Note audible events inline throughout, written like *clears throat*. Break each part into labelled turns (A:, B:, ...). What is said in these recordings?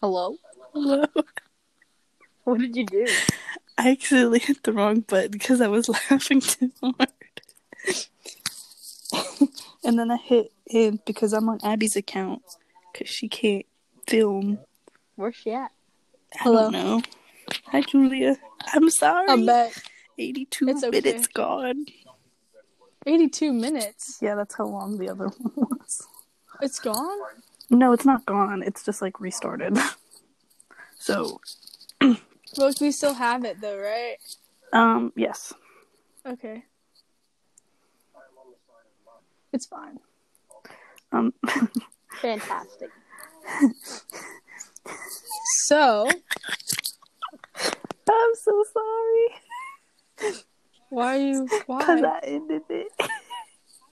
A: Hello?
B: Hello.
C: *laughs*
A: What did you do?
B: I accidentally hit the wrong button because I was *laughs* laughing too hard. *laughs* and then I hit in because I'm on Abby's account because she can't film.
A: Where's she at?
B: I
A: Hello.
B: don't know. Hi, Julia. I'm sorry.
A: I'm back.
B: 82
A: It's okay.
B: minutes gone.
A: 82 minutes.
B: Yeah, that's how long the other one was.
A: It's gone?
B: No, it's not gone. It's just like restarted. *laughs* so,
A: But we still have it though, right?
B: um, yes.
A: Okay. It's fine.
B: Um, *laughs*
A: Fantastic. so,
B: I'm so sorry
A: why
B: *laughs*
A: are you.
B: because
A: Why?
B: I ended it.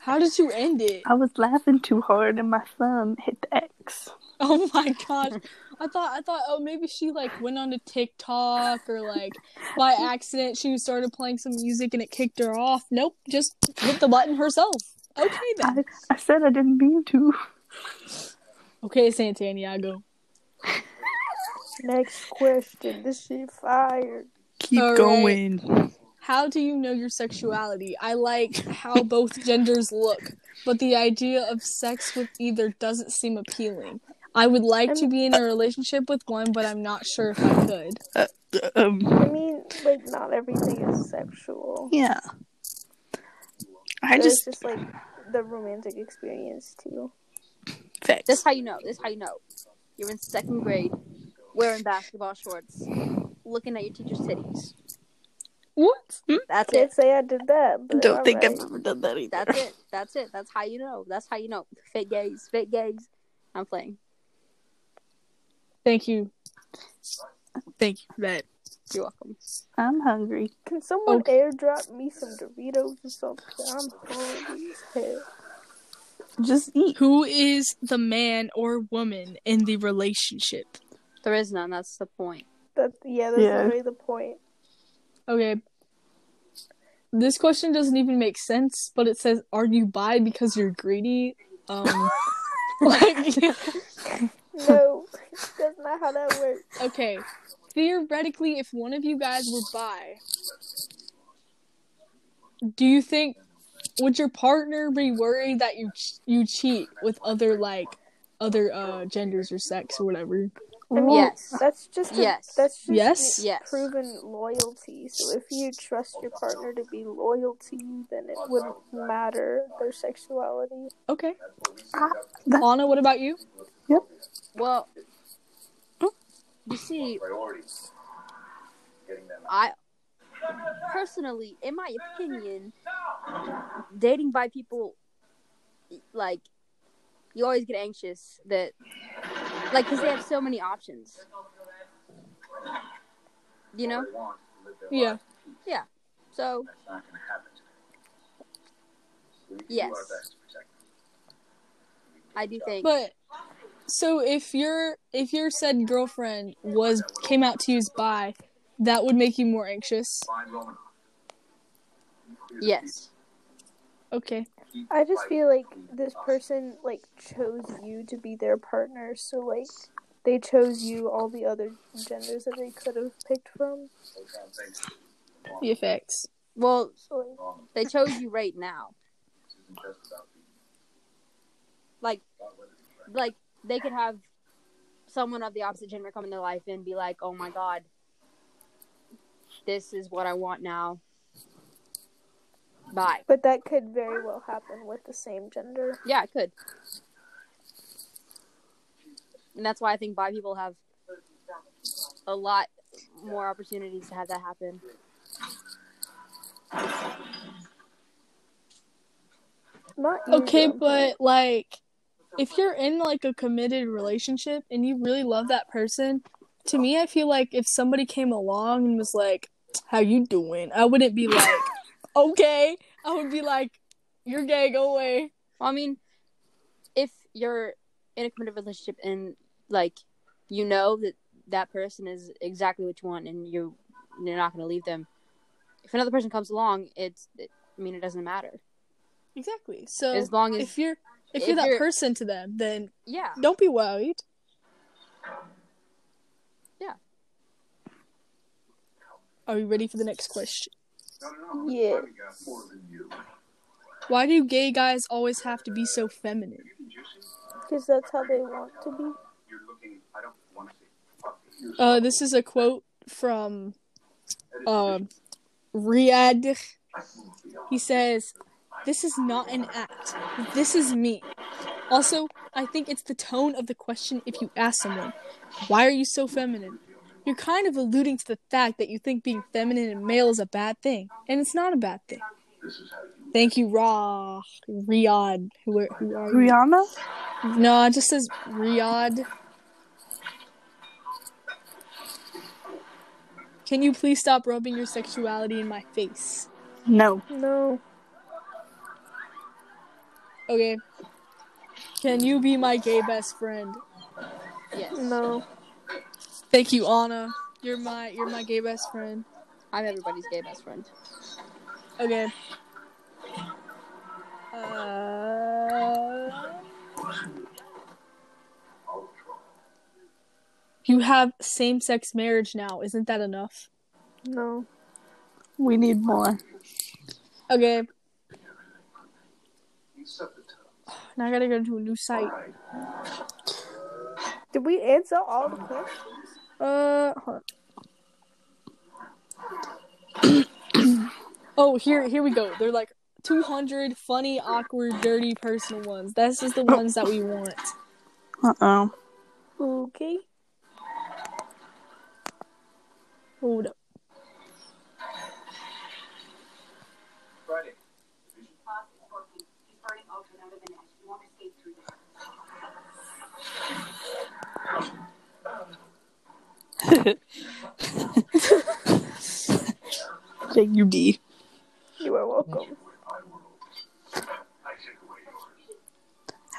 A: How did you end it?
B: I was laughing too hard and my thumb hit the X.
A: Oh my god. I thought I thought oh maybe she like went on to TikTok or like by accident she started playing some music and it kicked her off. Nope, just hit the button herself. Okay then.
B: I, I said I didn't mean to.
A: Okay, Santiago.
D: Next question. This shit fire.
B: Keep
A: All right. How do you know your sexuality? I like how both genders look, but the idea of sex with either doesn't seem appealing. I would like to be in a relationship with one, but I'm not sure if I could.
B: Um,
D: I mean, like not everything is sexual.
B: yeah. I
D: There's
B: just
D: just, like the romantic experience too.
B: facts.
C: This how you know. This how you know. You're in second grade, wearing basketball shorts, looking at your teacher's titties.
A: What?
C: That's
D: Can't
C: it.
D: say I did that. But
B: don't think
D: alright.
B: I've ever done that either.
C: That's it. That's it. That's how you know. That's how you know. Fake gays. Fake gays. I'm playing.
A: Thank you. Thank you for that.
C: You're welcome.
B: I'm hungry.
D: Can someone airdrop me some Doritos or something? I'm hungry *laughs* as hell.
B: Just eat.
A: Who is the man or woman in the relationship?
C: There is none. That's the point.
D: That yeah, that's
B: Yeah.
D: literally the point.
A: Okay. This question doesn't even make sense, but it says, "Are you bi because you're greedy?" *laughs* Um, like,
D: No, *laughs* that's not how that works.
A: okay. Theoretically, if one of you guys were bi, do you think would your partner be worried that you ch- you cheat with other like other uh genders or sex or whatever?
D: I mean,
C: Yes.
D: That's just a,
C: Yes.
D: That's just
A: Yes?
D: n-
C: Yes.
D: proven loyalty. So if you trust your partner to be loyal to you, then it wouldn't matter their sexuality.
A: Okay.
B: Ah, that-
A: Anna, what about you?
C: Well, you see, I personally, in my opinion, dating by people, like, you always get anxious that, like, because they have so many options. You know?
A: Yeah.
C: So, yes. I do think.
A: But so if your if your said girlfriend was came out to you as bi, that would make you more anxious.
C: yes.
A: Okay.
D: I just feel like this person like chose you to be their partner, so like they chose you all the other genders that they could have picked from.
A: The effects.
C: Well,
D: So like,
C: they chose you right now. Like, like they could have someone of the opposite gender come in their life and be like, "Oh my god, this is what I want now." Bye.
D: but that could very well happen with the same gender.
C: Yeah, it could. And that's why I think bi people have a lot more opportunities to have that happen.
D: Not
C: Oh,
D: you,
A: Okay,
D: though.
A: but like if you're in like a committed relationship and you really love that person, to me I feel like if somebody came along and was like, "How you doing?" I wouldn't be
C: *laughs*
A: like, "Okay." I would be like, "You're gay, go away."
C: Well, I mean, if you're in a committed relationship and like you know that that person is exactly what you want and you you're not going to leave them, if another person comes along, it's it, I mean it doesn't matter
A: Exactly. So
C: as long as
A: if you're if,
C: if
A: you're that
C: you're-
A: person to them, then
C: yeah
A: don't be worried. Are you ready for the next question?
D: Yeah.
A: Why do gay guys always have to be so feminine?
D: Because that's how they want to be.
A: Uh, this is a quote from um, Riyadh. He says, This is not an act. This is me. Also, I think it's the tone of the question if you ask someone, Why are you so feminine? You're kind of alluding to the fact that you think being feminine and male is a bad thing, and it's not a bad thing. Thank you, Ra Riyadh. Who are, who are you?
B: Rihanna?
A: No, it just says Riyadh. Can you please stop rubbing your sexuality in my face?
B: No.
D: No.
A: Okay. Can you be my gay best friend?
C: *laughs* Yes.
D: No.
A: Thank you, Anna. You're my you're my gay best friend.
C: I'm everybody's gay best friend.
A: Okay. Uh... You have same sex marriage now. Isn't that enough?
D: No.
B: We need more.
A: Okay. Now I gotta go to a new site.
D: Did we answer all the questions?
A: Uh, hold on. *clears throat* oh, here, here we go. They're like 200 funny, awkward, dirty, personal ones. This is the ones that we want.
B: Uh oh.
D: Okay.
A: Hold up.
B: Thank you, D.
D: You are welcome.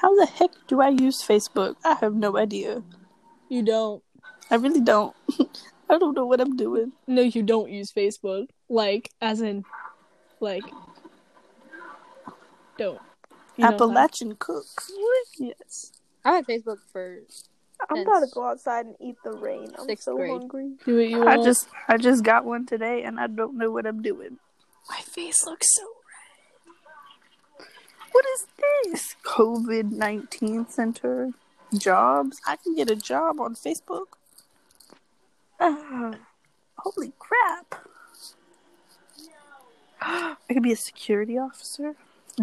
B: How the heck do I use Facebook? I have no idea.
A: You don't.
B: I really don't. *laughs* I don't know what I'm doing.
A: No, you don't use Facebook. Like, as in, like, don't. You don't have-
B: Appalachian cook. Yes.
C: I'm on Facebook for
D: I'm
C: Yes.
D: about to go outside and eat the rain. I'm
C: Sixth
D: so
C: grade.
D: hungry.
A: Do what you
B: I
A: want.
B: just I just got one today and I don't know what I'm doing.
A: my face looks so.
B: What is this? COVID nineteen center jobs. I can get a job on Facebook. Ah, holy crap! *gasps* I could be a security officer,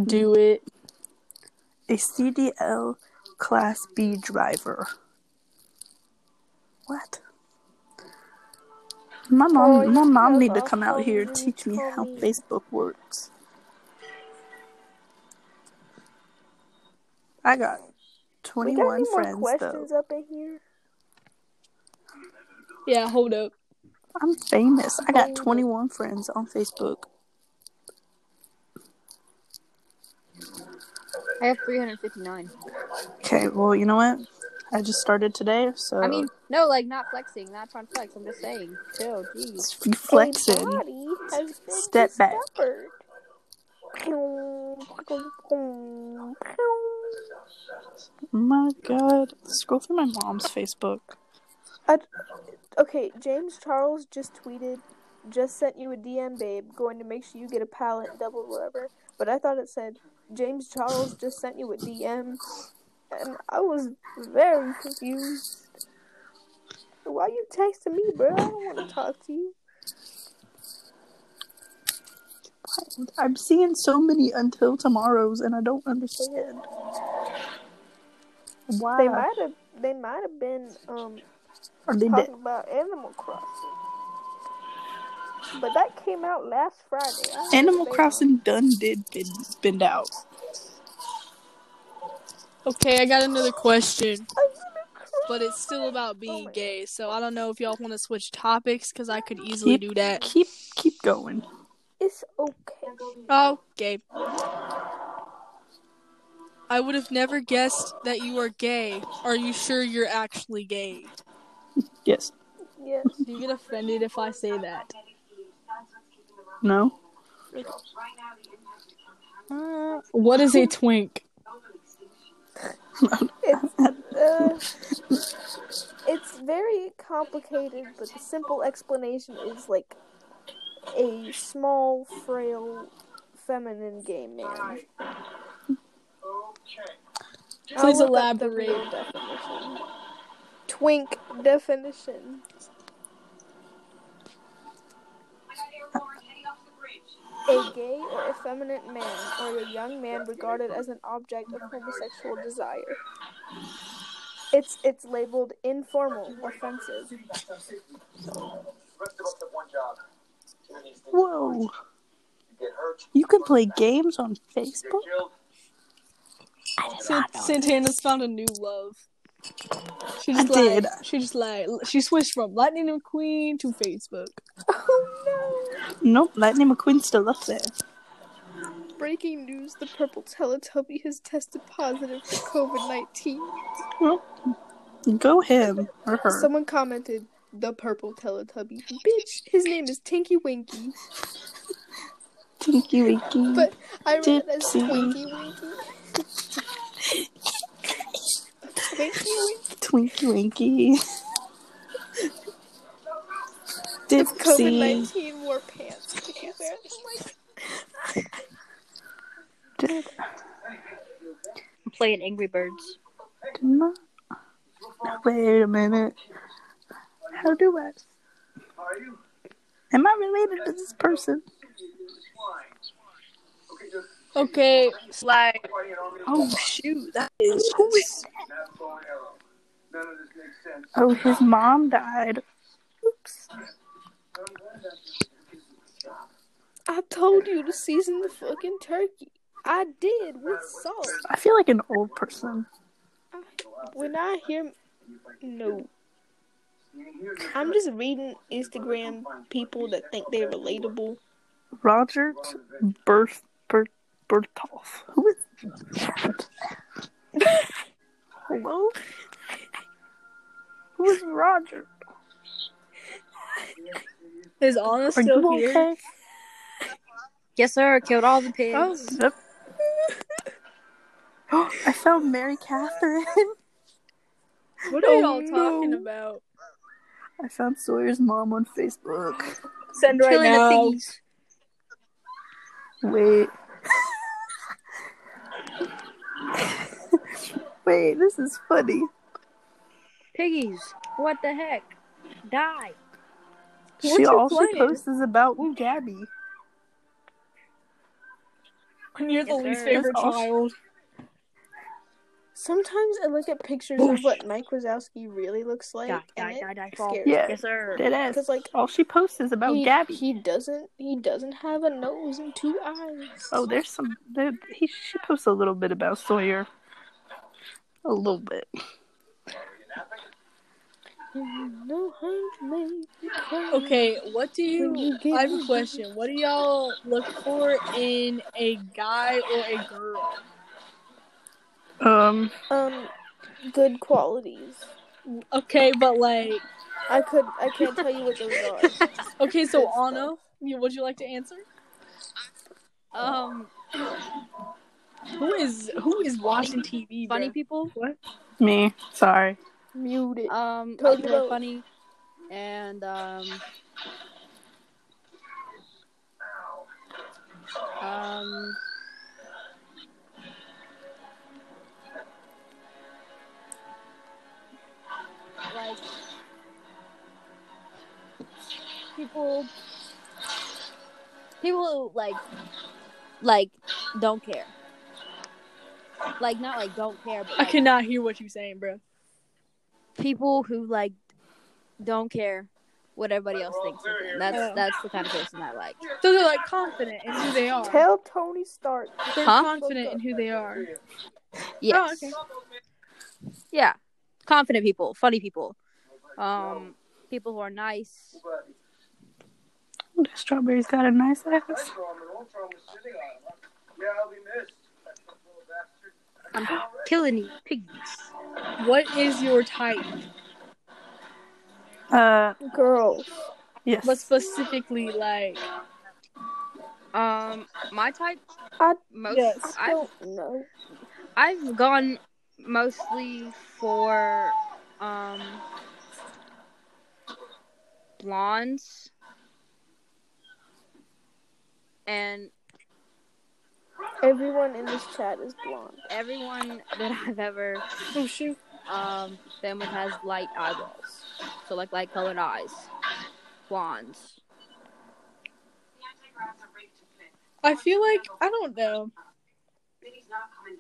A: Do it.
B: a CDL Class B driver. What? My mom,
D: Oh,
B: my
D: you
B: mom
D: have
B: need to
D: a
B: come out here and
D: phone,
B: teach me how
D: Tommy.
B: Facebook works. I got
D: We got
B: twenty-one
D: any more
B: friends though.
D: questions up in here?
A: Yeah, hold up.
B: I'm famous. I got
D: Famous.
B: 21 friends on Facebook.
C: I have 359.
B: Okay, well, you know what? I just started today, so
C: I mean, no, like not flexing, not trying to flex. I'm just saying, chill, jeez.
B: it's f- flexing.
D: A body has been
B: Step back.
D: discovered. I,
B: my God, scroll through my mom's Facebook.
D: okay, James Charles just tweeted, just sent you a DM, babe, going to make sure you get a pallet double whatever. But I thought it said, James Charles just sent you a DM. And I was very confused. Why you texting me, bro? I don't want to talk to you.
B: I'm seeing so many until tomorrow's, and I don't understand why
D: They might have, they might have been um
B: are they dead?
D: talking about Animal Crossing. But that came out last Friday. I had
B: Animal
D: to say
B: Crossing done did been, been out.
A: Okay, I got another question.
D: that. I'm gonna cry.
A: but it's still about being
D: my
A: gay. So I don't know if y'all want to switch topics because I could easily do that.
B: Keep keep going.
D: It's okay.
A: Oh, gay. I would have never guessed that you are gay. Are you sure you're actually gay?
B: Yes.
D: Yes.
A: Do you get offended if I say that?
B: No.
A: Uh, what is a twink?
D: It's uh, it's very complicated, but the simple explanation is like a small, frail, feminine gay man. I'll
A: Please
D: look up the
A: elaborate.
D: real definition. Twink definition. A gay or effeminate man, or a young man regarded as an object of homosexual desire. It's it's labeled informal, offensive.
B: Whoa. You can play games on Facebook?
A: San- Santana's found a new love. She
B: I
A: just
B: did.
A: lied. She just lied. She switched from Lightning McQueen to Facebook.
D: Oh
B: Nope, Lightning McQueen's still up there.
D: no! Breaking news: The purple Teletubby has tested positive for COVID nineteen.
B: Well, go him or her.
D: Someone commented, "The purple Teletubby, bitch. His name is Tinky Winky,
B: Tinky Winky.
D: but I read it as
B: Dipsy.
D: Twinky Winky." Twinky Winky.
B: Twinky
D: *laughs*
B: Winky.
D: It's COVID
B: Dipsy.
D: nineteen wore pants. Can you wear them like
B: Did
C: I'm playing Angry Birds.
B: not. Wait a minute. How do I? Am I related to this person?
A: Okay,
C: Like
B: Oh shoot, that is who is
A: Uh,
B: Oh, his mom died. Oops.
D: I told you to season the fucking turkey. I did with salt.
B: I feel like an old person.
D: I, when I hear no, I'm just reading Instagram people that think they're relatable.
B: Roger Berth Berth Bertolf. Who is *laughs* that? Hello? Who is Roger?
A: is Anna
B: Are
A: still
B: you
A: here?
B: okay?
C: yes, sir. Killed all the pigs.
A: Oh,
B: Yep. *gasps* I found Mary Catherine.
A: what are
B: Oh,
A: y'all talking
B: no.
A: about?
B: I found Sawyer's mom on Facebook.
A: Send right
C: Killing
A: now.
C: the piggies.
B: Wait. *laughs* Wait, this is funny.
C: Piggies. What the heck? Die.
A: What
B: she
A: you
B: all
A: playing?
B: she posts is about Gabby.
A: And you're the
C: Yes,
A: least
C: sir.
A: favorite
B: That's awesome.
A: child.
D: Sometimes I look at pictures of what Mike Wazowski really looks like,
C: Die.
D: and
C: Die. Die.
D: it
C: Die. Fall.
D: scares
B: Yeah,
C: Yes, sir.
B: Dead ass.
D: because like
B: All she posts is about
D: he,
B: Gabby.
D: he doesn't he doesn't have a nose and two eyes.
B: oh, there's some. There, he she posts a little bit about Sawyer. A little bit.
D: no, I'm made you cry.
A: Okay, what do
D: When you
A: you?
D: get
A: I have a
D: me.
A: question. What do y'all look for in a guy or a girl?
B: Um,
D: Um, good qualities.
A: Okay, but like,
D: I could I can't tell you what those are.
A: *laughs* okay, so
D: Good stuff.
A: Anna, you- would you like to answer?
C: Um,
A: Who is who is watching TV?
C: funny
A: bruh?
C: people.
B: me. Sorry.
D: Muted.
A: Uh,
C: Um,
D: Told
C: people
D: you.
C: are funny, and um, um, like people, people who like, like don't care. Like not like don't care, but
A: I
C: like,
A: cannot hear what you're saying, bro.
C: people who like don't care what everybody else thinks of them. That's
A: Oh.
C: that's the kind of person I like.
A: So they're like confident in who they are.
D: Tell Tony Stark.
A: they're
C: Huh?
A: confident in who they are.
C: Yes.
A: Oh, okay.
C: Yeah. Confident people, funny people. Um people who are nice.
B: Ooh, that strawberry's got a nice ass.
C: I'm killing you piggies.
A: What is your type?
B: Uh,
D: Girls.
B: yes.
A: But specifically, like,
C: Um my type
D: I-
C: most
A: Yes.
D: I don't know.
C: I've gone mostly for um blondes and
D: Everyone in this chat is blonde.
C: everyone that *laughs* I've ever
A: Oh shoot.
C: um been with has light eyeballs, so like light colored eyes, blondes.
A: I feel like I don't know.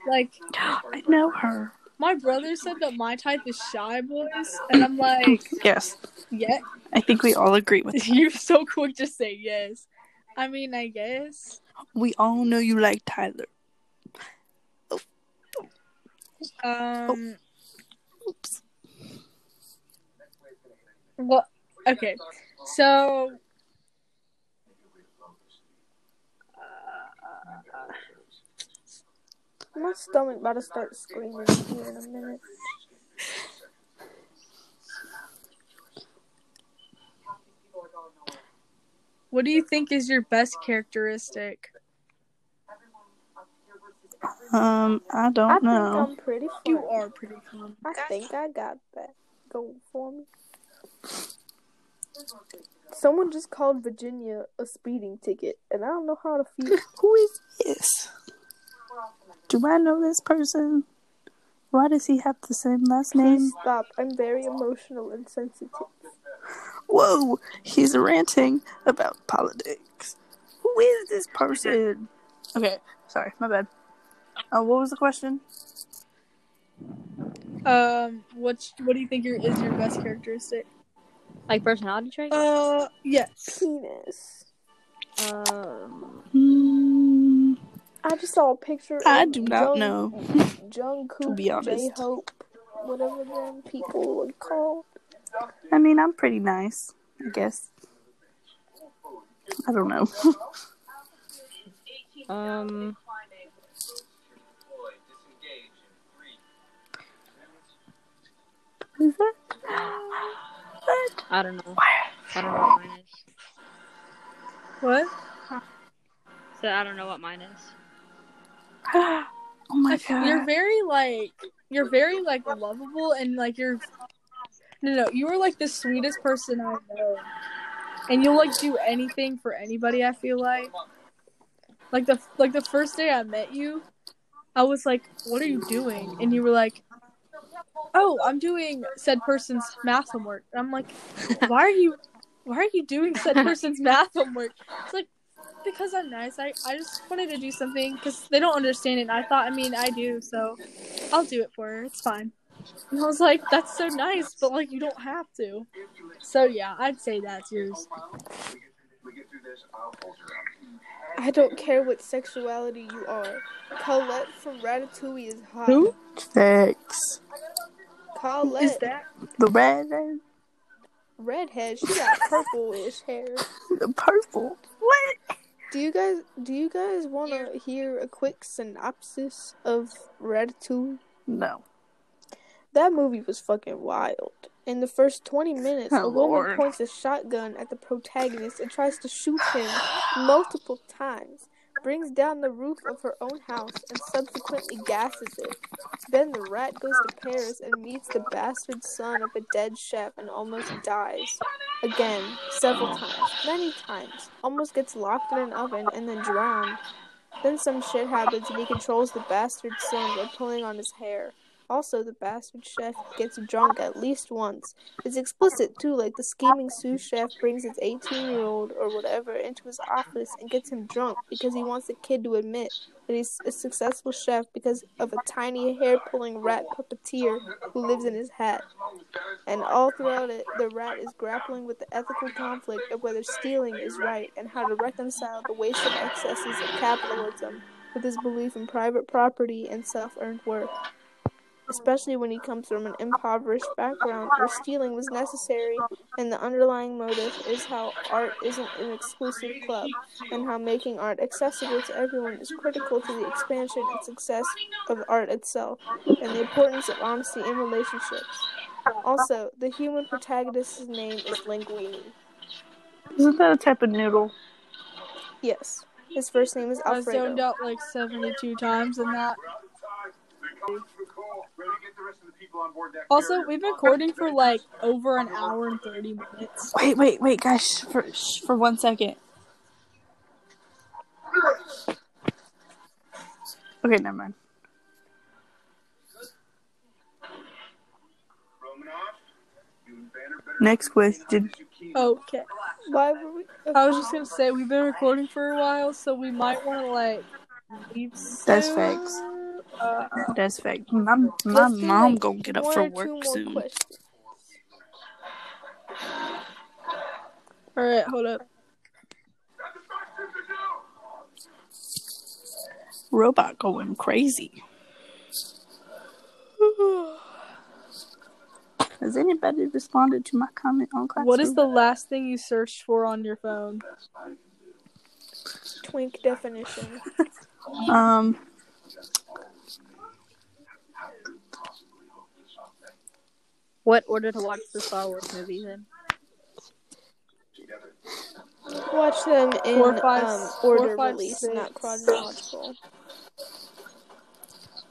A: Like
B: *gasps* I know her.
A: my brother said that my type is shy boys, and I'm like,
B: Yes,
A: yeah, *laughs*
B: I think we all agree with that.
A: you're so quick to say yes. I mean, I guess.
B: We all know you like Tyler.
A: Um.
B: Oops.
A: Well, okay. So.
D: My stomach about to start screaming here in a minute.
A: What do you think is your best characteristic?
B: Um, I um,
D: I
B: don't
D: think
B: know.
D: I'm pretty funny.
A: You are pretty calm.
D: I think I got that going for me. Someone just called Virginia a speeding ticket, and I don't know how to feel.
B: Who is this? Do I know this person? Why does he have the same last name?
D: Please stop. I'm very emotional and sensitive.
B: Whoa, he's ranting about politics. Who is this person? Okay, sorry, my bad. Uh, what was the question?
A: Um, what's what do you think your is your best characteristic?
C: Like personality traits?
A: Uh, yes.
D: Penis.
C: Um,
B: Hmm,
D: I just saw a picture.
B: I
D: of
B: do not
D: Jung-
B: know.
D: Jungkook,
B: *laughs* To be honest.
D: J Hope, whatever them people are called.
B: I mean, I'm pretty nice, I guess. I don't know. *laughs*
C: um,
B: Is that? What?
C: I don't know. I don't know what mine is.
A: What?
C: So I don't know what mine is.
B: Oh my
A: I f- You're
B: god.
A: very like you're very like lovable and like you're no no you are like the sweetest person I know, and you'll like do anything for anybody. I feel like like the like the first day I met you, I was like, "What are you doing?" And you were like, "Oh, I'm doing said person's math homework." And I'm like, "Why are you why are you doing said person's math homework?" It's like because I'm nice. I, I just wanted to do something because they don't understand it. And I thought, I mean, I do, so I'll do it for her. It's fine. And I was like, that's so nice, but like, you don't have to. So yeah, I'd say that's yours.
D: I don't care what sexuality you are. Colette from Ratatouille is hot.
A: Who?
B: Thanks.
D: Colette.
A: Is that?
B: The red and
D: redhead. She got
A: *laughs*
D: purplish hair.
B: the purple. What?
D: Do you guys do you guys want to hear a quick synopsis of Ratatouille?
B: No.
D: That movie was fucking wild. In the first 20 minutes,
B: *laughs* Oh,
D: a woman
B: Lord.
D: points a shotgun at the protagonist and tries to shoot him multiple times, brings down the roof of her own house, and subsequently gasses it. Then the rat goes to Paris and meets the bastard son of a dead chef and almost dies. Again, several times, many times. Almost gets locked in an oven and then drowned. Then some shit happens and he controls the bastard son by pulling on his hair. Also, the bastard chef gets drunk at least once. It's explicit too, like the scheming sous chef brings his 18 year old or whatever into his office and gets him drunk because he wants the kid to admit that he's a successful chef because of a tiny hair pulling rat puppeteer who lives in his hat. And all throughout it, the rat is grappling with the ethical conflict of whether stealing is right and how to reconcile the waste and excesses of capitalism with his belief in private property and self earned work especially when he comes from an impoverished background where stealing was necessary and the underlying motive is how art isn't an exclusive club and how making art accessible to everyone is critical to the expansion and success of art itself and the importance of honesty in relationships. Also, the human protagonist's name is Linguini.
B: Isn't that a type of noodle?
D: Yes, his first name is
A: I zoned
D: Alfredo.
A: out like 72 times in that. Also, we've been recording for like over an hour and 30 minutes.
B: Wait, wait, wait, guys, for sh- for one second. Okay, never mind. Next question.
A: Okay.
D: Why were we?
A: I was just gonna say we've been recording for a while, so we might want to like leave.
B: That's
A: soon.
B: facts.
A: Uh,
B: That's fact. My my
D: Let's do,
B: mom
D: like,
B: gonna get up
D: one
B: for
D: or two
B: work
D: more
B: soon.
D: questions.
A: all right, hold up.
B: Robot going
D: *sighs*
B: crazy. Has anybody responded to my comment on class?
A: What is the last thing you searched for on your phone?
D: Twink definition.
B: um?
C: What order to watch the Star Wars movies in?
D: Watch them in
A: Four, five,
D: um,
A: s- four,
D: order
A: five,
D: release,
A: six.
D: not chronological.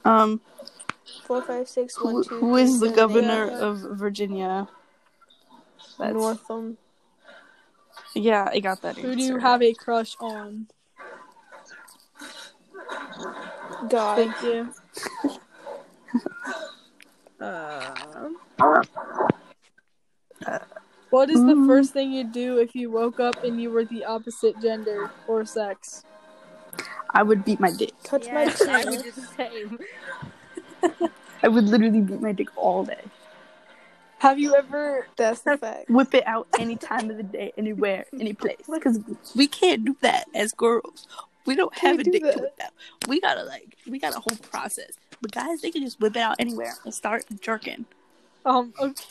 B: Um.
D: Four, five, six,
B: Who,
D: one, two,
B: who
D: three,
B: is the
D: seven, eight,
B: governor
D: nine.
B: of Virginia? That's
D: Northam.
B: yeah. I got that answer.
A: Who do you have a crush on?
D: God.
A: Thank you. Um, what is the
B: Mm.
A: first thing you'd do if you woke up and you were the opposite gender or sex?
B: I would beat my dick.
D: Touch my
C: I would
D: *laughs* penis.
C: do the same.
B: I would literally beat my dick all day.
A: Have you ever
D: That's the fact.
B: Whip it out any time of the day, anywhere, any place. Because we can't do that as girls. We don't
D: Can we
B: have a
D: do
B: dick to
D: that?
B: whip out. We gotta like, we got a whole process. But guys, they can just whip it out anywhere and start jerking. *laughs*
A: um okay,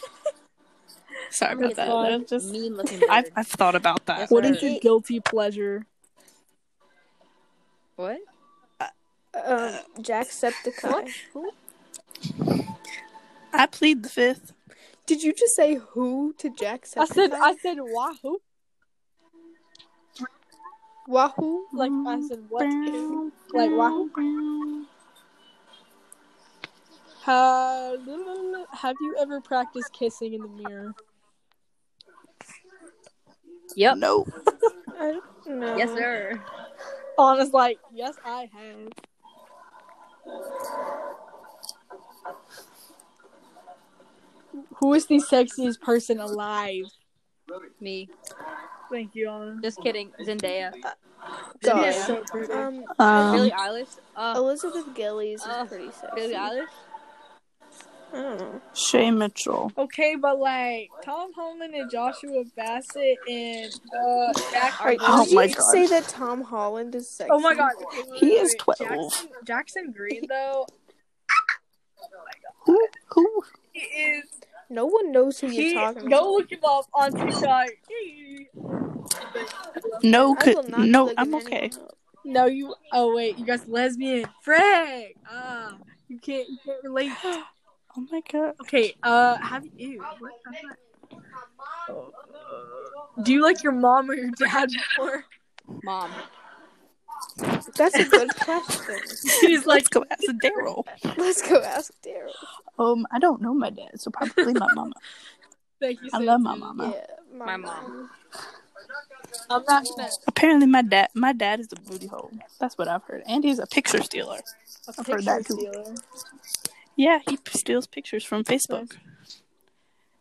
B: Sorry
C: I'm gonna
B: about
C: get
B: that.
A: fine.
B: I've just,
C: mean looking
B: I've,
C: bird.
B: I've thought about that.
C: Yes,
A: what is
C: sir.
A: your guilty pleasure?
C: What?
D: Um, Jacksepticeye.
B: I plead the fifth.
D: Did you just say who to Jacksepticeye?
A: I said I said wahoo.
D: Wahoo.
A: Like I said what? Like wahoo. Ha- Have you ever practiced kissing in the mirror?
C: Yep.
B: No.
D: I don't know.
C: Yes, sir.
A: Honest, like yes, I have. Who is the sexiest person alive?
C: Me.
A: Thank you, Anna.
C: Just kidding. Zendaya.
D: God.
A: Zendaya is so pretty.
D: Um,
B: Um,
C: Billie Eilish. Uh,
D: Elizabeth Gillies is
C: Oh,
D: pretty
C: Billie
D: sexy. I
C: Eilish.
D: don't know.
B: Um, Shay Mitchell.
A: Okay, but like Tom Holland and Joshua Bassett and uh, Jack-
C: Are
B: Oh
D: Did you
B: my
D: just
B: God.
D: say that Tom Holland is sexy?
A: Oh my god. Okay, wait,
B: He
A: wait,
B: is
A: wait.
B: 12.
A: Jackson, Jackson *laughs* Green though.
B: Who? Who?
A: He is
D: No one knows who
A: he,
D: you're talking
A: go
D: about.
A: look him up on TikTok.
B: No.
D: I
B: Could,
D: will not
B: no.
D: look at
B: I'm
D: anyone
B: okay.
D: up.
A: No, you oh wait, you guys lesbian. Frick! Ah you can't you can't *gasps* relate.
B: Oh my god.
A: Okay, uh have you what Oh. do you like your mom or your dad more? *laughs*
C: Mom.
D: That's a good question. *laughs*
A: She's
B: *laughs*
A: like
B: Let's go ask Daryl.
D: Let's go ask Daryl.
B: Um, I don't know my dad, so probably my mama.
A: thank you
B: I
A: so
B: love my
A: much.
B: mama.
D: Yeah, my,
C: My
D: mom.
A: I'm not gonna
B: Apparently, my dad, my dad is a booty hole. That's what I've heard. And he's a picture stealer.
A: a
B: I've heard that
A: picture
B: too.
A: stealer.
B: Yeah, he p- steals pictures from Facebook.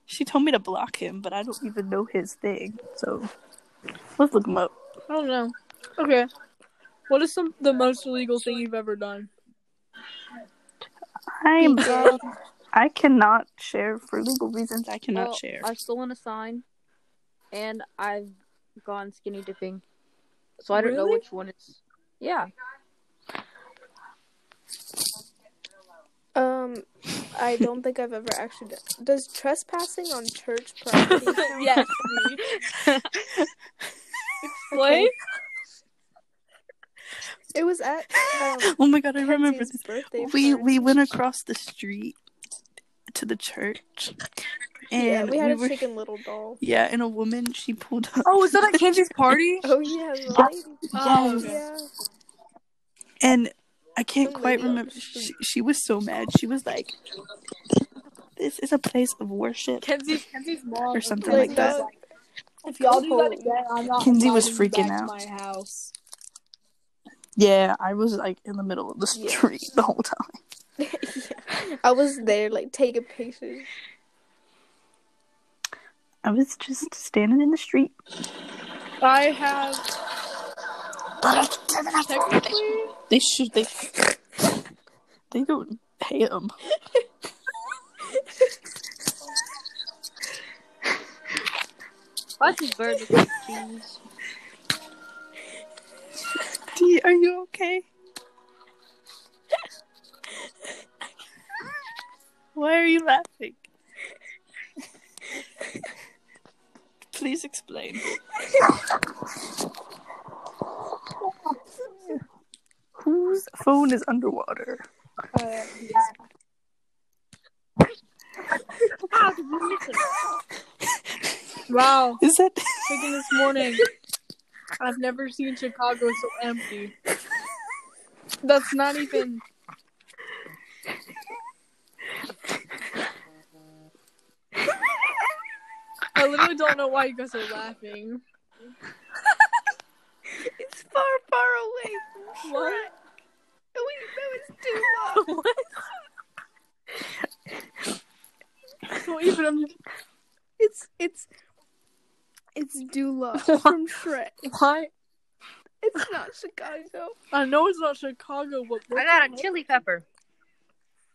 B: She told me to block him, but I don't even know his thing. So let's look him up.
A: I don't know. Okay. What is some the most illegal thing you've ever done?
D: *laughs*
B: I'm. I cannot share for legal reasons. I cannot
C: Well,
B: share.
C: I've stolen a sign, and I've gone skinny dipping. So I don't know
A: Really?
C: which one is. Yeah.
D: Um, I don't think I've ever actually done. Does trespassing on church property? *laughs* count?
C: *laughs*
A: yes. Explain.
D: It was at um,
B: Oh my god, I remember
D: Kenzie's
B: this.
D: birthday.
B: we
D: party.
B: we went across the street to the church, and
D: yeah, we had a
B: were
D: chicken little
B: *laughs*
D: doll.
B: yeah, and a woman she pulled up.
A: Oh, is that at Kenzie's party?
D: Oh yeah, the lady.
A: Oh, okay.
D: Yeah.
B: and I can't
D: Some
B: quite
D: lady on the
B: remember. She,
D: street.
B: she was so mad. She was like, "This is a place of worship."
A: Kenzie's Kenzie's mom
B: Or
A: was
B: something
A: like,
D: like
B: that.
A: "No, If y'all do that again, I'm not.
B: Kenzie was
A: inviting you
B: freaking
A: back to
B: out.
A: My house.
B: Yeah, I was like in the middle of the
D: Yeah.
B: street the whole time.
D: I was there, like taking pictures.
B: I was just standing in the street.
A: I have technically
B: They shoot. They they go ham.
C: Why does bird look like cheese?
B: *laughs* D, are you okay? Why are you laughing? Please explain. Whose phone is underwater?
A: ah,
C: How did we
B: *laughs*
C: miss it?
A: wow.
B: Is that
A: Chicken this morning. I've never seen Chicago so empty. That's not even. I literally don't know why you guys are laughing.
D: It's far, far away from
A: What?
D: Shrek. We know it's too
B: *laughs*
D: long.
A: Well, even um, I'm just,
D: It's it's it's *laughs* Dula from Shrek.
A: why?
D: It's not Chicago.
A: I know it's not Chicago, but
C: I got a chili pepper.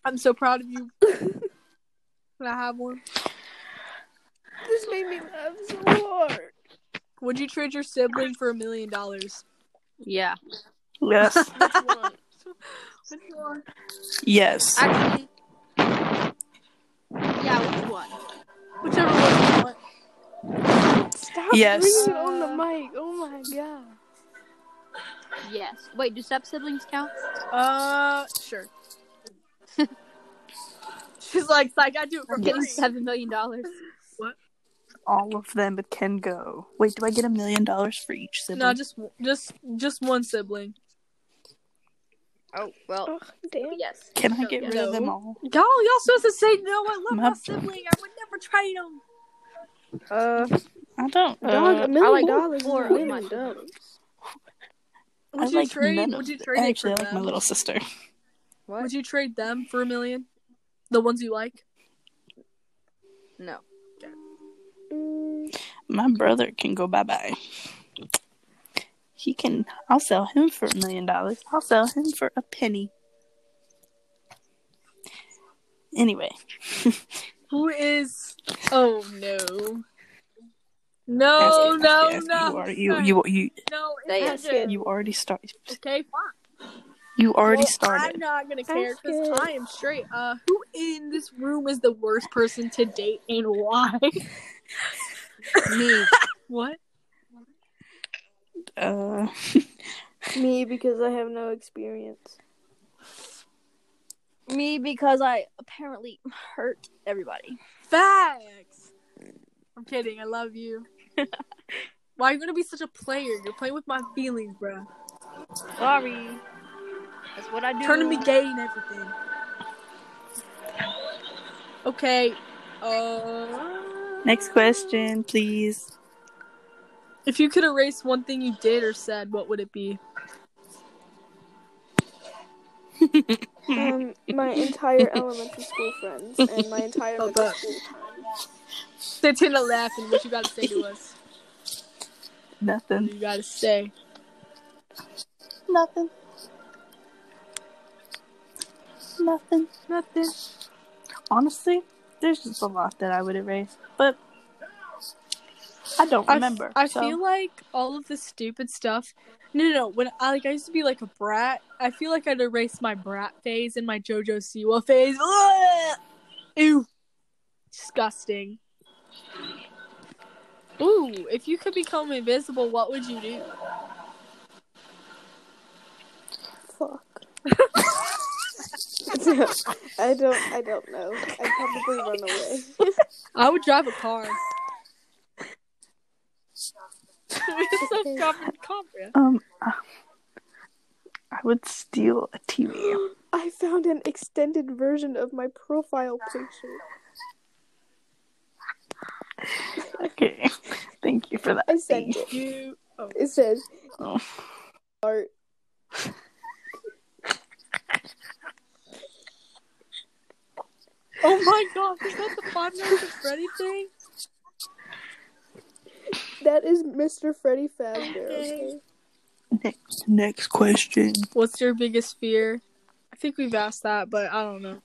A: I'm so proud of you. Can I have one?
D: This made me laugh so hard.
A: Would you trade your sibling for a million dollars?
C: Yeah.
B: yes?
A: *laughs* Which one?
B: Yes.
C: Actually. Yeah, which one?
A: Whichever one you want.
D: Stop
B: Yes.
D: breathing on the mic. Oh my god.
C: Yes. Wait, do step siblings count?
A: Uh, sure. She's like, like I do it for
C: I'm getting
A: free.
C: seven million dollars.
B: All of them can go. Wait, do I get a million dollars for each sibling?
A: No, just just just one sibling.
C: Oh well.
D: Oh, damn.
C: Yes.
B: Can I get rid of
A: No.
B: them all?
A: Y'all, y'all supposed to say no. I love my,
B: My-
A: sibling. I would never trade him.
D: Uh,
B: I don't.
D: dog,
B: uh,
D: a
C: I
D: million
C: like
D: dollars
C: four
D: is
C: of my
D: really dumb.
C: siblings.
A: Would
B: I
A: you
B: like
A: trade?
B: none of
A: Would you
B: the-
A: trade it for
B: Actually, I like my
A: them?
B: little sister.
C: What?
A: Would you trade them for a million? The ones you like.
C: No.
D: Mm,
B: My brother can go bye bye. He can. I'll sell him for a million dollars. I'll sell him for a penny. Anyway,
A: Who is? Oh no. Oh, No,
B: basket,
A: no,
B: basket, you, are,
A: no.
B: you,
A: sir.
B: you, you,
A: No,
C: Say
A: it's
D: it.
A: not
B: you already started.
A: Okay, fine.
B: You already
A: Well, I'm
B: started.
A: not gonna care because
D: Basket.
A: I am straight. Uh, who in this room is the worst person to date and why? *laughs*
C: *laughs* Me.
A: what?
B: Uh,
D: me because I have no experience.
C: Me because I apparently hurt everybody.
A: Facts. I'm kidding. I love you. why are you gonna be such a player? You're playing with my feelings, bro.
C: Sorry. That's what I do.
A: Turning me gay and everything. Okay. Uh.
B: next question, please.
A: If you could erase one thing you did or said, what would it be?
C: *laughs*
D: Um, my entire elementary school friends and my entire
A: Oh,
D: middle
A: but-
D: school.
A: Sit in the laugh and what you gotta say to us.
B: Nothing.
A: You gotta say.
B: Nothing. Nothing.
A: Nothing.
B: Honestly, there's just a lot that I would erase, but I don't
A: I f-
B: remember.
A: I
B: so-
A: feel like all of the stupid stuff. No, no, no. When I like, I used to be like a brat. I feel like I'd erase my brat phase and my JoJo Siwa phase. Ugh! Ew, disgusting. Ooh, if you could become invisible, what would you do?
D: Fuck. *laughs* I don't. I don't know. I'd probably run away.
A: I would drive a *laughs* car. It's like driving a car, yeah.
B: Um, uh, I would steal a TV.
D: I found an extended version of my profile picture.
B: Okay, *laughs* thank you for that.
D: I sent it.
A: You. Oh.
D: It says
B: Oh.
D: art
A: Oh my god, is that the Five Nights at Freddy thing?
D: That is Mr. Freddy Fazbear. Okay.
B: Next, next question.
A: What's your biggest fear? I think we've asked that, but I don't know.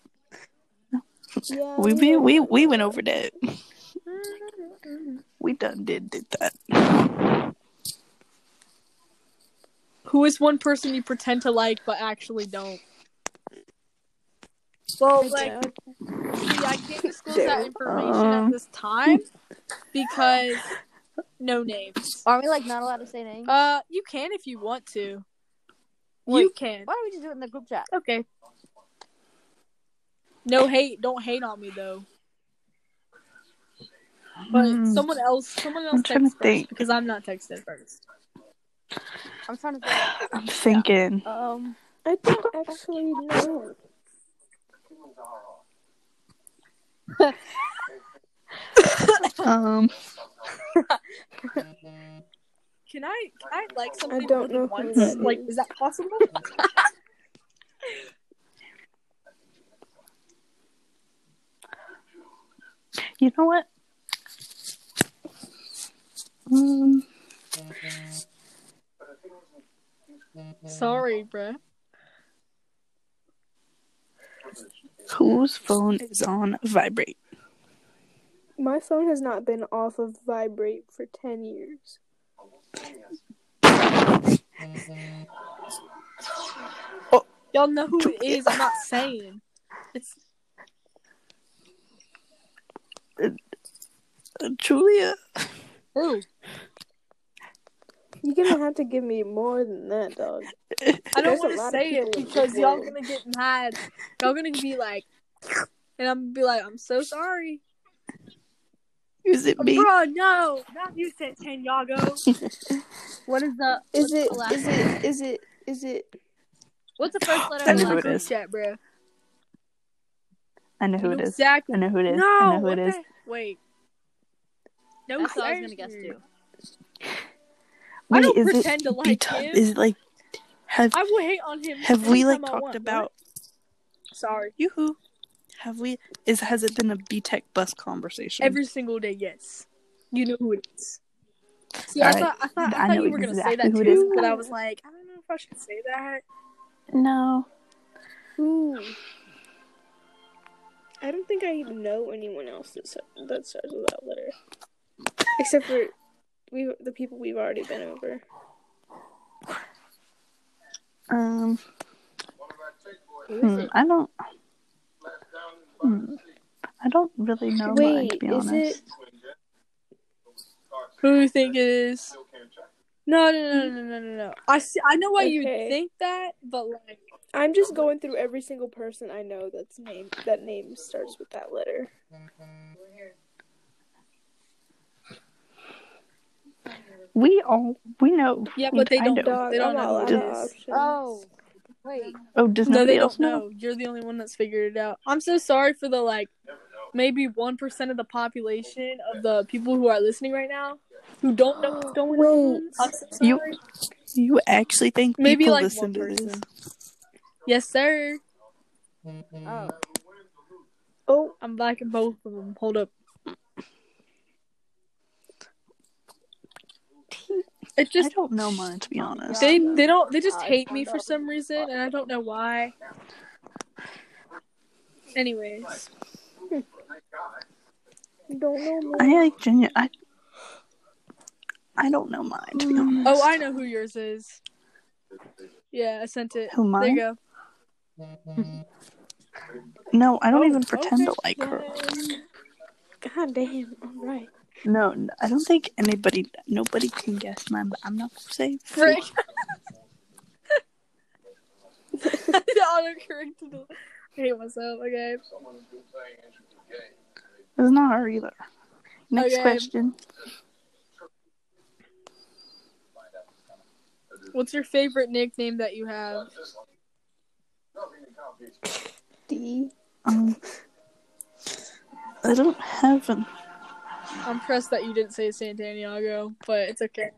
D: Yeah,
B: We we
D: know
B: we,
D: about
B: we
D: that.
B: went over
A: *laughs*
B: that. We done did did that.
A: Who is one person you pretend to like but actually don't?
D: I
A: Well, like,
D: don't-
A: see, I can't disclose
B: Dude.
A: that information
B: Uh.
A: at this time because no names.
C: Are we like not allowed to say names?
A: Uh, you can if you want to. you
C: Wait,
A: can.
C: Why don't we just do it in the group chat?
A: Okay. No hate. Don't hate on me though. But
B: Hmm.
A: someone else, someone else
B: I'm
A: text
B: trying to
A: first
B: think.
A: because I'm not texting first.
C: I'm trying to think.
B: I'm thinking.
C: Um,
D: I don't actually know.
B: Um,
A: Can I? Can I like something?
D: don't
A: more than
D: know who
A: Once?
D: that
A: like,
D: is.
A: is that possible?
B: you know what? Um,
A: *laughs* Sorry, bruh.
B: whose phone is on vibrate?
D: My phone has not been off of vibrate for ten years.
A: Y'all know who it is.
B: *laughs*
A: I'm not saying. It's
B: Uh, Julia.
A: who.
D: You're gonna have to give me more than that, dog.
A: I don't
D: There's a
A: want to
D: lot of
A: say it
D: people in this
A: because y'all
D: world.
A: gonna get mad. Y'all gonna be like, and I'm gonna be like, I'm so sorry,
B: Is it me?
A: bro. No, not you said
B: *laughs*
A: Tanyago.
C: what is the
D: Is it?
C: Alas.
D: Is it? Is it? Is it?
A: What's the first letter
B: I
A: of
B: know
A: the
B: who
A: last
B: it
A: group
B: is.
A: chat, bro?
B: I know who it is.
A: Exactly.
B: I know who it is.
A: No.
B: I know who
A: what
B: it is.
A: the- Wait. No,
C: That's what I was gonna
A: sir.
C: guess too.
A: I
B: Wait,
A: don't
B: is
A: pretend
B: it
A: to like
B: B-Tub?
A: him.
B: Is it like have
A: I will hate on him.
B: have we like
A: anytime I
B: talked
A: want.
B: about
A: Sorry.
B: yoo-hoo? Have we is has it been a B Tech bus conversation?
A: Every single day, yes. You know who it is. See, I
B: Alright.
A: thought I thought I,
B: I
A: thought
B: know
A: you were gonna say
B: exactly
A: that
B: who it is.
A: too, but I was like, I don't know if I should say that.
B: no.
D: Ooh. I don't think I even know anyone else that sa- that starts with that letter, except for we the people we've already been over.
B: Um hmm, I don't hmm, I don't really know mine Oh to
D: Wait,
B: be
D: is
B: honest.
D: it?
A: Who do you think it is? No, no, no, no, no, no, no. I see. I know why you
D: Okay.
A: think that, but like,
D: I'm just going through every single person I know that's name that name starts with that letter.
B: We all we know.
A: yeah, but they
B: I
A: don't.
B: know.
D: Dog,
A: They don't
D: I'm
A: know
D: all
A: who
D: out
A: it
D: of
A: is.
D: options.
C: Oh, wait.
B: Oh, does
A: No,
B: nobody
A: they
B: else
A: don't know. You're the only one that's figured it out. I'm so sorry for the like maybe one percent of the population of the people who are listening right now who don't know what's going on.
D: Wait.
A: I'm so sorry.
B: You you actually think
A: Maybe
B: people
A: like
B: listen
A: one
B: to
A: person.
B: this?
A: Yes, sir.
C: Oh,
D: Oh,
A: I'm liking both of them. Hold up.
B: I
A: It just
B: don't know mine to be honest.
A: they they don't they just hate me for some reason and I don't know why. *laughs* Anyways,
D: don't know more.
B: I like genuine. I I don't know mine to be honest.
A: oh I know who yours is. Yeah, I sent it.
B: Who
A: There you
B: mine?
A: go.
B: No, I don't
A: Oh,
B: even pretend to
A: okay,
B: like her.
A: then.
D: God damn! All right.
B: No, n- I don't think anybody, nobody can guess mine. But I'm not gonna say.
A: Frick. *laughs* I autocorrected it. I hate myself. Okay.
B: It's not her either. Next
A: Okay.
B: question.
A: What's your favorite nickname that you have?
D: D.
B: Um, I don't have an.
A: I'm pressed that you didn't say Santiago, but it's okay.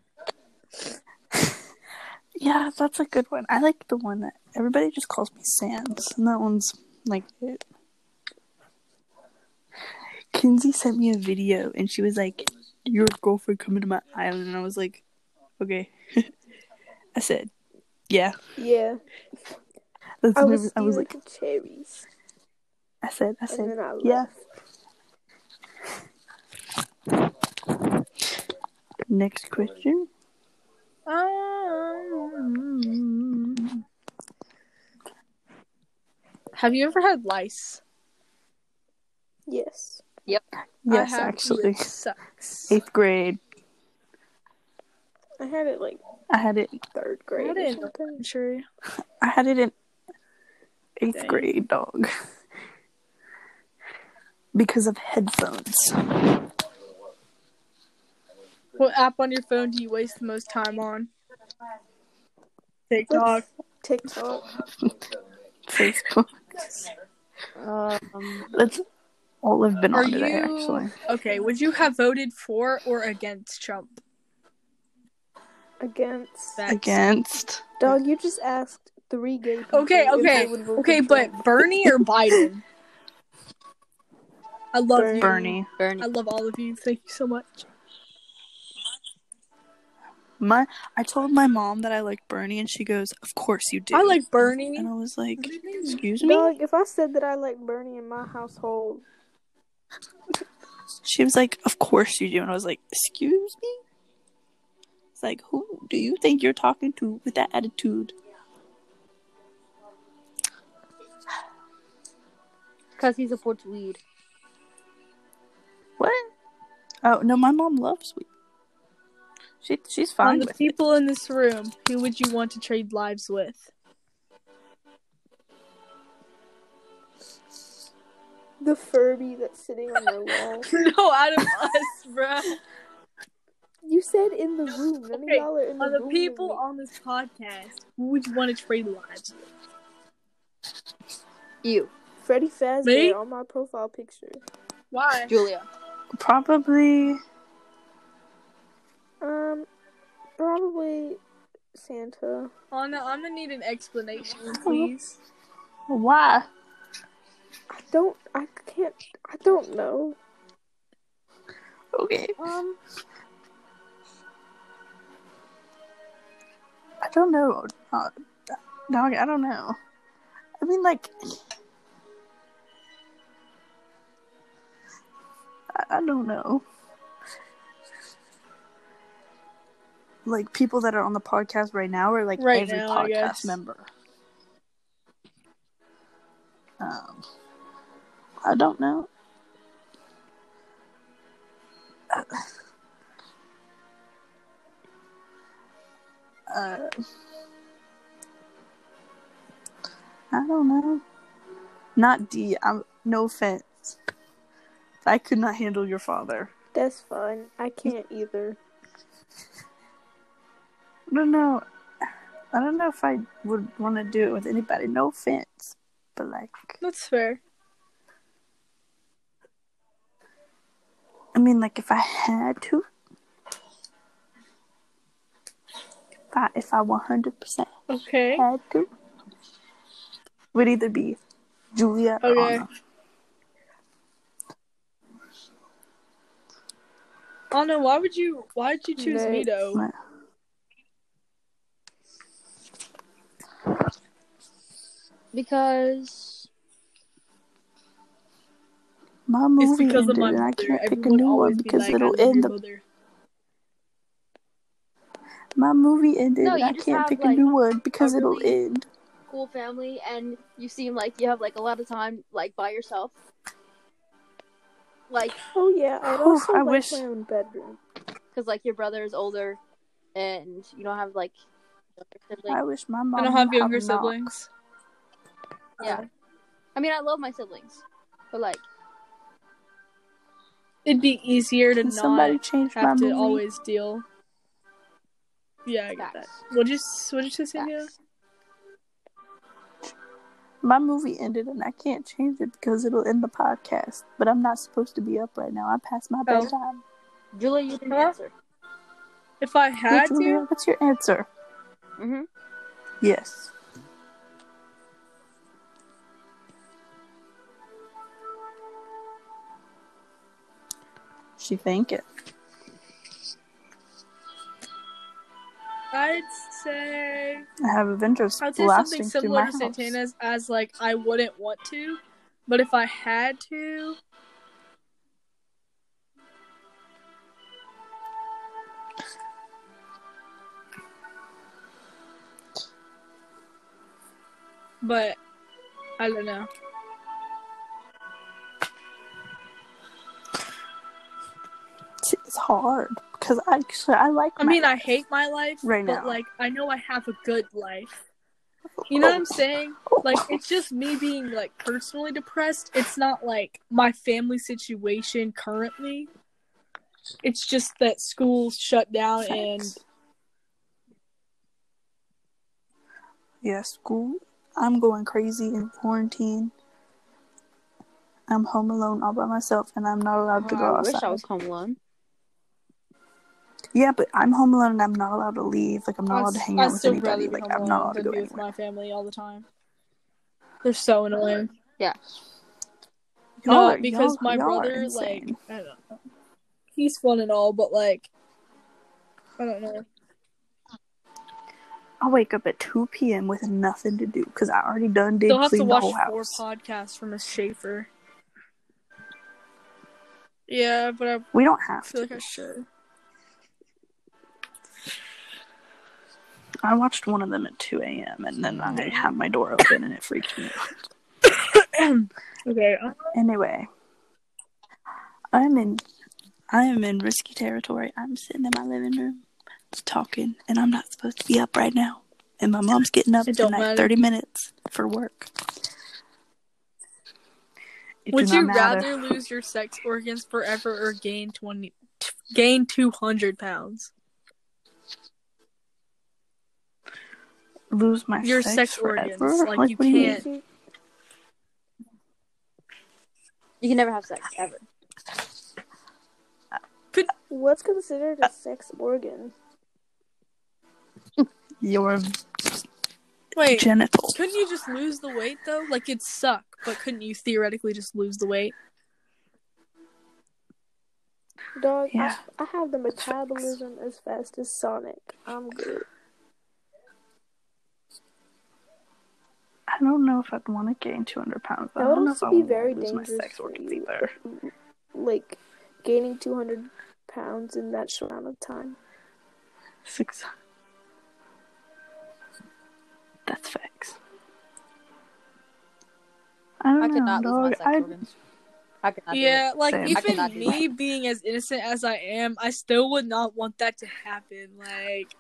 B: Yeah, that's a good one. I like the one that everybody just calls me Sans, and that one's like it. Kinsey sent me a video, and she was like, "Your girlfriend coming to my island," and I was like, "Okay." *laughs* I said, "Yeah."
D: Yeah.
B: That's
D: I
B: when
D: was,
B: I was like,
D: the cherries.
B: "I said, I
D: And
B: said,
D: then I left.
B: yeah." Next question.
A: Um, have you ever had lice?
D: Yes.
A: I
B: Yes,
A: have, and
B: actually,
A: It sucks.
B: eighth grade,
D: I had it like
B: I had it.
D: third grade or
A: didn't-
D: something.
A: I'm sure.
B: I had it in eighth
A: Dang.
B: grade, dog. Because of headphones.
A: What app on your phone do you waste the most time on? TikTok.
D: TikTok.
B: Facebook.
C: Um,
B: That's all I've been
A: Are
B: on today,
A: you-
B: actually.
A: Okay, would you have voted for or against Trump?
D: Against.
A: That-
B: Against.
D: Dog, you just asked three gay people.
A: Okay,
D: if they
A: okay,
D: would vote
A: Okay,
D: for
A: but
D: Trump.
A: Bernie or Biden? I love you.
B: Bernie.
C: Bernie.
A: I love all of you. Thank you so much.
B: My, I told my mom that I like Bernie, and she goes, "Of course you do."
A: I like Bernie.
B: And I was like, "Excuse me."
D: Dog, if I said that I like Bernie in my household,
B: She was like, "Of course you do," and I was like, "Excuse me." It's like, who do you think you're talking to with that attitude?
C: Because he supports weed.
B: What? Oh no, my mom loves weed. She she's
A: On
B: fine
A: the
B: with it.
A: people in this room, who would you want to trade lives with?
D: the Furby that's sitting on your wall.
A: *laughs* no, out of us, bruh.
D: You said in the room. None
A: Okay,
D: of y'all are in the
A: On the
D: room. with
A: people
D: me.
A: on this podcast, who would you want to trade lives with?
C: You,
D: Freddy Fazbear
A: Me?
D: on my profile picture.
A: Why?
C: Julia.
B: Probably
D: Um, probably Santa.
A: Anna, I'm gonna need an *laughs* explanation, please.
B: why?
D: I don't. I can't. I don't know.
B: Okay.
D: Um,
B: I don't know. Uh, dog, I don't know. I mean, like, I, I don't know. Like, people that are on the podcast right now are like
A: Right
B: every
A: now, I guess.
B: podcast member. Um, I don't know. Uh, I don't know. Not D. I'm no offense. I could not handle your father.
D: that's fine. I can't either.
B: I don't know. I don't know if I would want to do it with anybody. No offense, but like,
A: That's fair.
B: I mean, like if I had to, if I if I one hundred percent
A: Okay.
B: had to, would either be Julia or
A: Okay.
B: Anna.
A: Anna, why would you? Why did you choose
D: Next.
A: Mito?
B: What?
C: Because
B: My
A: It's
B: movie
A: because
B: ended,
A: of my
B: and I
A: mother.
B: can't pick a
A: Everyone
B: new one
A: always be
B: because
A: like, I
B: it'll
A: love
B: end
A: your
B: up
A: mother.
B: My movie ended,
C: No,
B: and
C: you
B: I
C: just
B: can't
C: have,
B: pick
C: like,
B: a new one because
C: a
B: it'll
C: really-
B: end.
C: cool family, and you seem like you have like a lot of time like by yourself. Like,
D: Oh yeah, I'd
B: Whew,
D: also
B: I
D: like
B: wish-
D: my own bedroom.
C: because like your brother is older, and you don't have like. younger siblings.
B: I wish my mom.
A: I don't have
B: would
A: younger
B: knock.
A: siblings.
C: Yeah. I mean, I love my siblings, but like,
A: It'd be easier to
B: Can
A: not
B: somebody change my
A: have to
B: movie?
A: always deal. Yeah, I get that.
C: facts.
A: What did you What did you say, Mito?
C: facts.
B: My movie ended, and I can't change it because it'll end the podcast. But I'm not supposed to be up right now. I passed my
A: Oh.
B: bedtime.
C: Julia, you didn't
A: Huh?
C: answer.
A: If I
B: Hey,
A: had
B: Julia,
A: to,
B: what's your answer?
C: Mm-hmm.
B: Yes. She think it.
A: I'd say
B: I have a vengeance
A: I'd say something
B: blasting through my
A: similar to
B: house.
A: Santana's as like I wouldn't want to, but if I had to, but I don't know.
B: It's- It's hard because I actually I like.
A: I
B: my
A: mean, I
B: life.
A: hate my life
B: Right
A: but
B: now.
A: like I know I have a good life. You know what I'm saying? Like it's just me being like personally depressed. It's not like my family situation currently. It's just that school shut down and
B: Facts. yeah, school. I'm going crazy in quarantine. I'm home alone all by myself, and I'm not allowed to go
C: Oh, I wish
B: outside.
C: I was home alone.
B: Yeah, but I'm home alone, and I'm not allowed to leave. Like I'm not
A: I,
B: allowed to hang
A: I
B: out with
A: still rather
B: anybody.
A: be
B: Like
A: home
B: I'm not allowed
A: alone
B: to
A: than
B: go
A: be with
B: anywhere.
A: my family all the time. They're so annoying.
C: Yeah.
A: No,
B: Y'all are-
A: because
B: y'all-
A: my
B: y'all are
A: brother, like,
B: insane.
A: I don't know. He's fun and all, but like, I don't know.
B: I'll wake up at 2 p.m. with nothing to do because I already done did
A: They'll have to
B: clean the
A: watch
B: whole
A: four
B: house.
A: podcasts from Miss Schaefer. Yeah, but I
B: we don't have
A: feel
B: to.
A: like I should.
B: I watched one of them at 2 a.m. and then I had my door open and it freaked me out.
A: Okay, uh,
B: Anyway, I'm in, I am in risky territory. I'm sitting in my living room, just talking, and I'm not supposed to be up right now. And my mom's getting up
A: It
B: in
A: don't
B: like
A: matter.
B: 30 minutes for work. It do
A: Would
B: not
A: you
B: matter.
A: rather lose your sex organs forever or gain twenty, t- gain two hundred pounds?
B: lose my
A: Your
B: sex,
A: sex
B: forever?
A: organs, like, you
B: what do mean?
A: can't-
C: You can never have sex ever.
D: What's considered a sex organ?
B: Your
A: Wait,
B: genital.
A: couldn't you just lose the weight though? Like it'd suck, but couldn't you theoretically just lose the weight?
D: Dog,
B: Yeah.
D: I, I have the metabolism as fast as Sonic. I'm good.
B: I don't know if I'd want to gain 200 pounds. but I
D: That would
B: don't know if
D: also
B: I
D: be
B: would
D: very
B: lose my
D: dangerous
B: sex
D: for
B: organs
D: you.
B: either.
D: Like, gaining 200 pounds in that short amount of time.
B: Six. That's facts. I don't
C: I
B: know,
C: could not lose
B: Ah, dog.
C: my sex
B: I,
C: organs. I could not. do it.
A: Yeah, like
B: Same. I
A: even
C: cannot do
A: me being as innocent as I am, I still would not want that to happen. Like,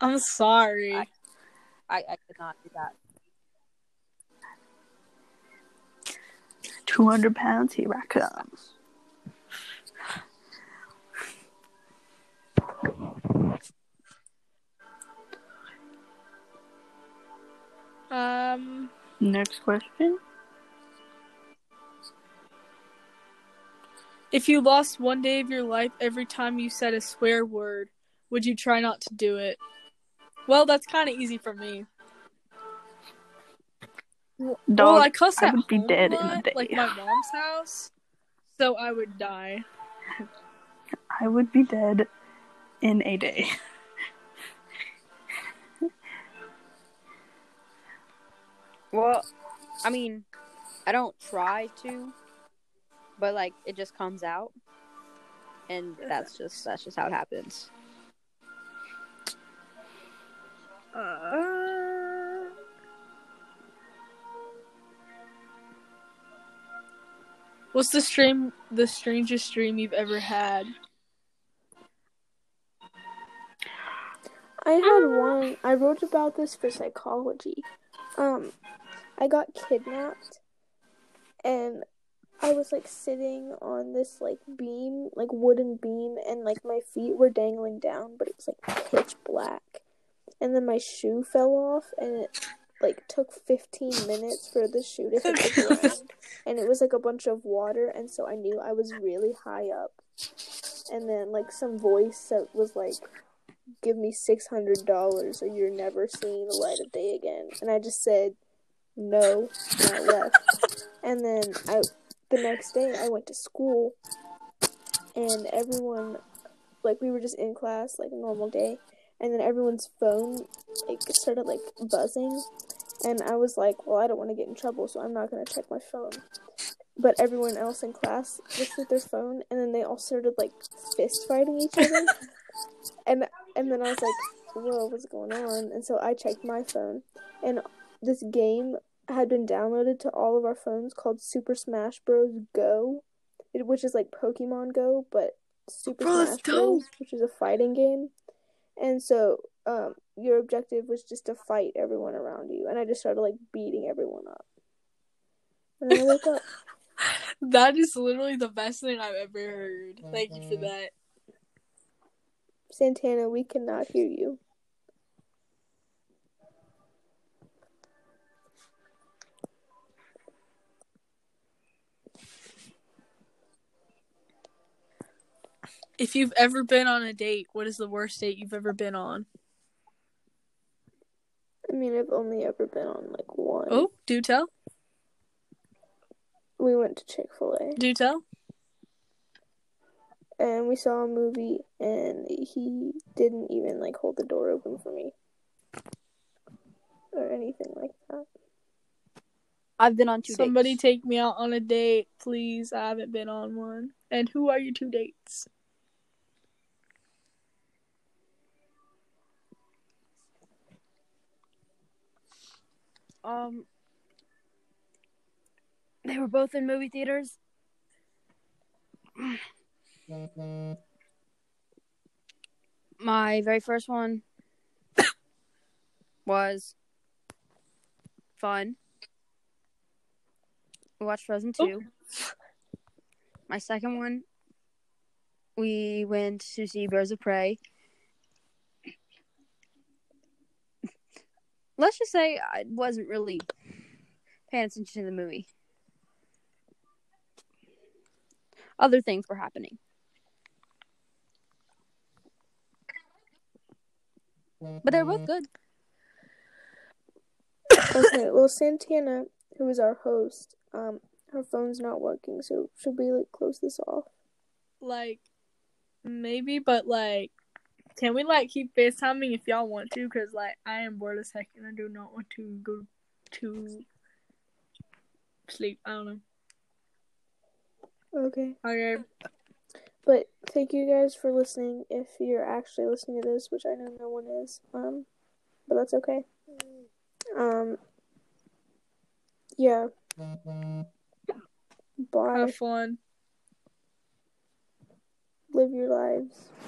A: I'm sorry.
C: I- I, I could not do that.
B: 200 pounds, here I come.
A: Um,
B: Next question.
A: if you lost one day of your life every time you said a swear word, would you try not to do it? Well, that's kind of easy for me.
B: Dog,
A: well, I cuss
B: I
A: at
B: would be
A: home
B: dead
A: a
B: in a
A: lot,
B: day.
A: like my mom's house, so I would die.
B: I would be dead in a day.
C: Well, I mean, I don't try to, but like it just comes out, and that's just that's just how it happens.
A: Uh, What's the stream? The strangest dream you've ever had?
D: I had
B: Ah.
D: one. I wrote about this for psychology. Um, I got kidnapped, and I was like sitting on this like beam, like wooden beam, and like my feet were dangling down, but it was like pitch black. And then my shoe fell off, and it like took 15 minutes for the shoe to hit the ground. And it was like a bunch of water, and so I knew I was really high up. And then like some voice that was like give me six hundred dollars or you're never seeing the light of day again. And I just said no and I left. and then I the next day I went to school and everyone like we were just in class like a normal day and then everyone's phone like started like buzzing and I was like, Well I don't want to get in trouble so I'm not gonna check my phone. But everyone else in class looked at their phone and then they all started like fist fighting each other. and and then I was like, "Whoa, what's going on?" And so I checked my phone, and this game had been downloaded to all of our phones called Super Smash Bros. Go, it- which is like Pokemon Go, but Super
B: Bro, that's
D: Smash Bros. which is a fighting game. And so um, your objective was just to fight everyone around you, and I just started like beating everyone up. And then I woke up.
A: That is literally the best thing I've ever heard. Thank you for that.
D: Santana, we cannot hear you.
A: If you've ever been on a date, what is the worst date you've ever been on?
D: I mean, I've only ever been on like one.
A: Oh, do tell.
D: We went to Chick Fil A.
A: Do tell.
D: and we saw a movie and he didn't even like hold the door open for me or anything like that
C: I've been on two
A: Somebody
C: dates.
A: take me out on a date, please. I haven't been on one. And who are your two dates?
C: um, they were both in movie theaters. My very first one was fun. We watched Frozen
A: Oh.
C: 2. My second one, we went to see Birds of Prey. Let's just say I wasn't really paying attention to the movie. Other things were happening. But they were both good.
D: okay well santana who is our host um her phone's not working so should we like close this off
A: Like, maybe, but like, can we like keep FaceTiming if y'all want to? Because like, I am bored as heck and I do not want to go to sleep. I don't know.
D: okay
A: Okay.
D: but thank you guys for listening if you're actually listening to this which i know no one is um but that's okay um yeah bye
A: Have fun.
D: live your lives